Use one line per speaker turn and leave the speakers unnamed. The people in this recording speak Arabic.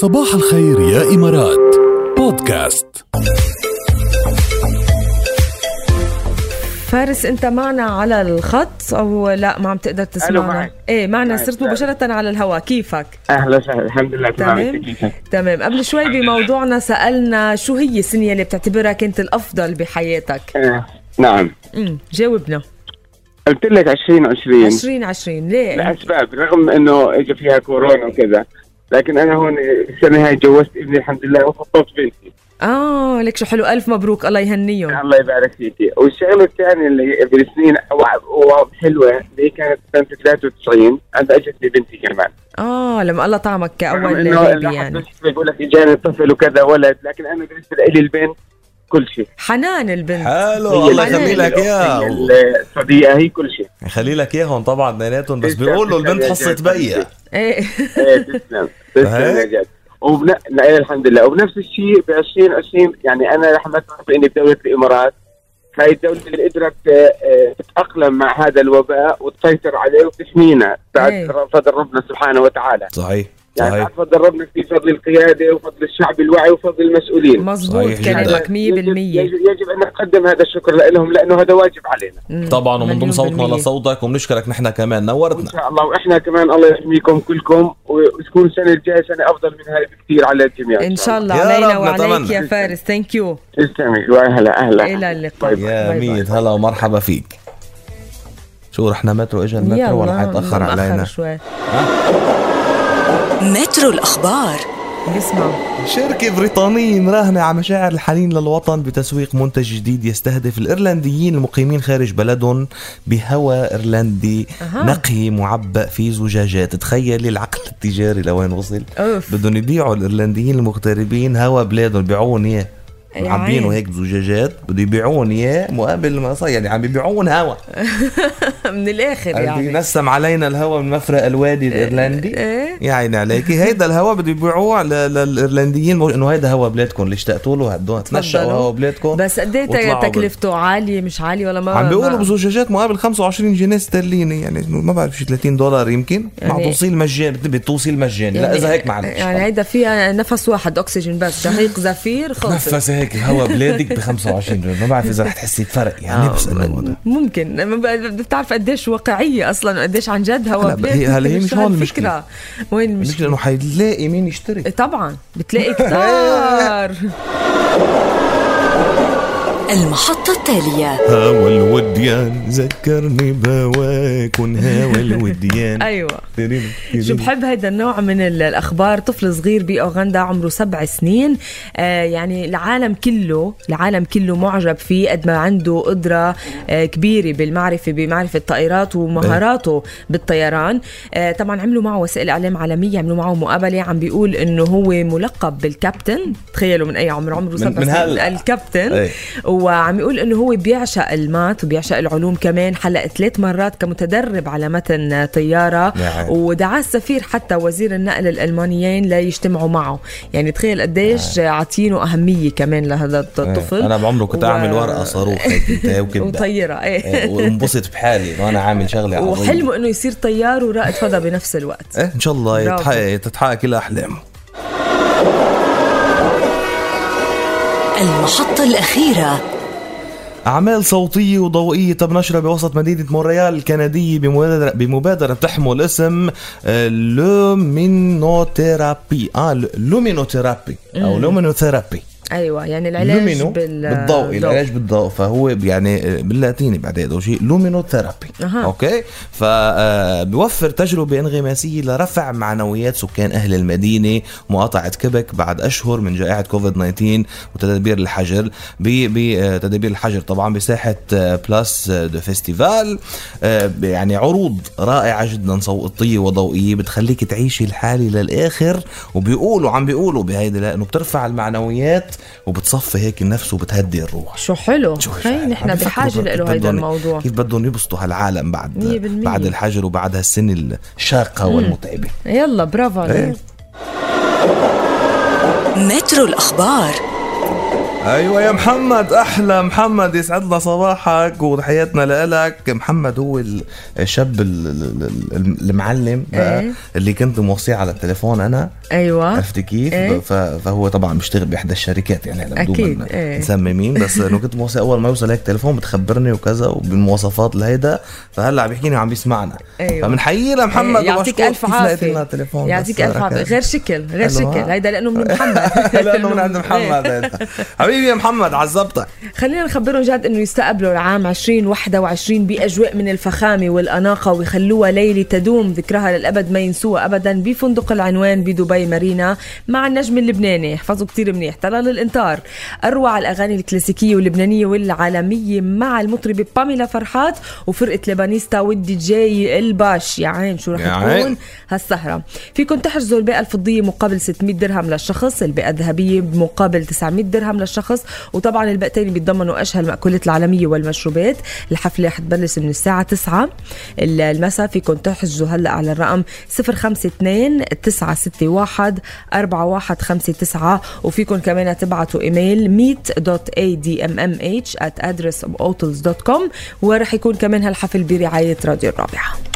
صباح الخير يا إمارات بودكاست
فارس انت معنا على الخط او لا ما عم تقدر تسمعنا
معك.
ايه معنا
معك،
صرت
ألو.
مباشره على الهواء كيفك
اهلا وسهلا الحمد لله تمام
تمام.
أنت كيفك؟
تمام قبل شوي بموضوعنا سالنا شو هي السنه اللي بتعتبرها كانت الافضل بحياتك
آه، نعم
امم جاوبنا
قلت لك 2020
20 20 ليه
لاسباب رغم انه اجى فيها كورونا وكذا لكن انا هون السنه هاي جوزت ابني الحمد لله وخطبت بنتي
اه لك شو حلو الف مبروك الله يهنيهم
الله يبارك فيكي والشغله الثانيه اللي بالسنين حلوه اللي هي كانت سنه 93 عند اجتني بنتي كمان
اه لما الله طعمك
رغم
كاول
إنه
غيبي
الواحد
يعني
بيحسب يقول لك اجاني طفل وكذا ولد لكن انا بالنسبه لي البنت كل شيء
حنان البنت
حلو الله
هي
يخلي لك
هي
اياه
الصديقه هي كل شيء
يخلي لك اياهم طبعا اثنيناتهم بس
إنت
بيقول له البنت
بتخليها
حصه
جاي تمشي.
بيا
ايه
إيه، تسلم تسلم يا
هيك؟
جد وبن... لا الحمد لله وبنفس الشيء ب 2020 يعني انا رحمة ربي اني بدوله الامارات هاي الدولة اللي قدرت آه، آه، تتأقلم مع هذا الوباء وتسيطر عليه وتحمينا
إيه.
بعد فضل ربنا سبحانه وتعالى
صحيح
يعني بعد
صحيح
فضل ربنا في فضل القيادة وفضل الشعب الوعي وفضل المسؤولين يعني
مزبوط
صحيح جداً.
كلامك 100%
يجب, يجب, يجب أن نقدم هذا الشكر لهم لأنه هذا واجب علينا
مم،
طبعا ومن ضمن
مليون
صوتنا
بالمية.
لصوتك وبنشكرك نحن كمان
وإن
نورتنا
شاء الله وإحنا كمان الله يحميكم كلكم وتكون السنة الجاية سنة أفضل من هاي بكثير على الجميع
ان شاء الله
يا
علينا
رب
وعليك يا
نتمنى.
فارس ثانك يو
تسلمي واهلا اهلا
إلى اللقاء.
باي باي.
يا
باي باي.
ميت هلا ومرحبا فيك شو رحنا مترو اجى المترو ولا حيتاخر علينا
شوي
مترو الأخبار
نسمع
شركة بريطانية مراهنة على مشاعر الحنين للوطن بتسويق منتج جديد يستهدف الإيرلنديين المقيمين خارج بلدهم بهواء إيرلندي
أها.
نقي معبأ في زجاجات تخيلي العقل التجاري لوين وصل
اوف
بدهم يبيعوا الايرلنديين المغتربين هوا بلادهم بيعون اياه
يا
عبينه
عيني.
هيك بزجاجات بده يبيعون اياه مقابل ما صار يعني عم يبيعون هوا
من الاخر
بده
يعني
ينسم علينا الهوا من مفرق
إيه،
الوادي الايرلندي
ايه
يا عيني عليكي هيدا الهوا بده يبيعوه ل- للايرلنديين مو- انه هيدا هوا بلادكم اللي اشتقتوا له هدوه تنشأوا
تفضلوا.
هوا بلادكم
بس قد ايه
وطلعوا بال-
تكلفته عاليه مش عاليه ولا ما
عم
ما-
بيقولوا بزجاجات مقابل 25 جنيه استرليني يعني ما بعرف شي 30 دولار يمكن مع
يعني-
توصيل مجاني بتبي توصيل مجاني لا اذا هيك معلش
يعني هيدا فيها نفس واحد اكسجين بس شهيق زفير خلص
تنفس هيك هوا بلادك ب 25 دولار ما بعرف اذا رح تحسي بفرق يعني بس انه هذا
ممكن ما ب- بتعرف قديش واقعيه اصلا قديش عن جد هوا
هلا
بلاد.
هي- هلا هي مش هون
هالفكرة. وين
المشكله
المشكله
انه حيلاقي مين يشتري
طبعا بتلاقي كتار
المحطة التالية
هوا الوديان ذكرني بهواك ونهاوى الوديان
ايوه شو بحب هيدا النوع من ال- الاخبار طفل صغير باوغندا عمره سبع سنين آه يعني العالم كله العالم كله معجب فيه قد ما عنده قدره آه كبيره بالمعرفه بمعرفه الطائرات ومهاراته بالطيران آه طبعا عملوا معه وسائل اعلام عالميه عملوا معه مقابله عم بيقول انه هو ملقب بالكابتن تخيلوا من اي عمر عمره سبع
من
سنين
هلأ.
الكابتن
إيه.
وعم يقول انه هو بيعشق المات وبيعشق العلوم كمان حلق ثلاث مرات كمتدرب على متن طياره
نعم.
ودعا السفير حتى وزير النقل الالمانيين ليجتمعوا معه يعني تخيل قديش
نعم.
عاطينه اهميه كمان لهذا الطفل
انا بعمري نعم. كنت
و-
اعمل ورقه صاروخ هيك انتهي وكده
وطيره ايه
إيه، وانبسط بحالي وانا عامل شغله عظيمة.
وحلمه انه يصير طيار ورائد فضاء بنفس الوقت
ايه ان شاء الله
برافو.
يتحقق تتحقق كل احلامه
المحطة الأخيرة
أعمال صوتية وضوئية تم نشرها بوسط مدينة مونريال الكندية بمبادرة, بمبادرة بتحمل اسم آه، لومينوثيرابي آه ل- لومينوثيرابي أو لومينوثيرابي
ايوه يعني العلاج
لومينو
إيه. بال-
بالضوء
ضوء.
العلاج بالضوء فهو يعني باللاتيني بعد هذا شيء لومينوثيرابي
أها.
اوكي آه، فبوفر تجربه انغماسيه لرفع معنويات سكان اهل المدينه مقاطعه كيبك بعد اشهر من جائحه كوفيد 19 وتدابير الحجر بتدابير الحجر طبعا بساحه آه، بلاس آه، دو فيستيفال آه، يعني عروض رائعه جدا صوتيه وضوئيه طيب بتخليك تعيشي الحاله للاخر وبيقولوا عم بيقولوا بهيدا انه بترفع المعنويات وبتصفي هيك النفس وبتهدي الروح
شو حلو
شو
هي
يعني؟
نحن
عم بيفكروا
بحاجه
كيف
له هيدا
بدهم-
الموضوع
كيف بدهم يبسطوا هالعالم بعد
مية بالمية.
بعد الحجر وبعد هالسنه الشاقه والمتعبه
يلا برافو عليك
إيه.
مترو الأخبار
ايوه يا محمد احلى محمد يسعدنا صباحك وتحياتنا لك محمد هو ال- الشاب ال- ال- ال- المعلم بقى
إيه.
اللي كنت موصيه على التليفون انا
ايوه
عرفت كيف؟
إيه.
ف- فهو طبعا بيشتغل باحدى الشركات يعني هلا
أكيد،
بدون
إيه.
ما نسمي مين بس انه كنت موصي اول ما يوصل هيك تليفون بتخبرني وكذا وبالمواصفات لهيدا فهلا عم بيحكيني وعم بيسمعنا
أيوة.
فبنحييه لمحمد
إيه، يعطيك
ومشكور
الف
كيف لقيت لنا
عافيه
تليفون بس
يعطيك الف عافيه
ركز.
غير شكل غير
حلو،
شكل
ها؟
هيدا لانه من محمد
لانه من عند محمد هيدا حبيبي يا محمد عزبتك
خلينا نخبرهم جد انه يستقبلوا العام 2021 باجواء من الفخامه والاناقه ويخلوها ليله تدوم ذكرها للابد ما ينسوها ابدا بفندق العنوان بدبي مارينا مع النجم اللبناني احفظوا كتير منيح طلال الانطار اروع الاغاني الكلاسيكيه واللبنانيه والعالميه مع المطربه باميلا فرحات وفرقه لبانيستا والدي جي الباش يا عين شو رح
يا عين.
تكون هالسهرة فيكم تحجزوا الباقة الفضية مقابل 600 درهم للشخص الباقة الذهبية مقابل 900 درهم للشخص وطبعا الباقتين بيتضمنوا أشهى المأكولات العالمية والمشروبات الحفلة حتبلش من الساعة 9 ال- المساء فيكم تحجزوا هلأ على الرقم 052 961 4159 وفيكم كمان تبعتوا ايميل meet.admmh at address of hotels.com ورح يكون كمان هالحفل برعاية راديو الرابعة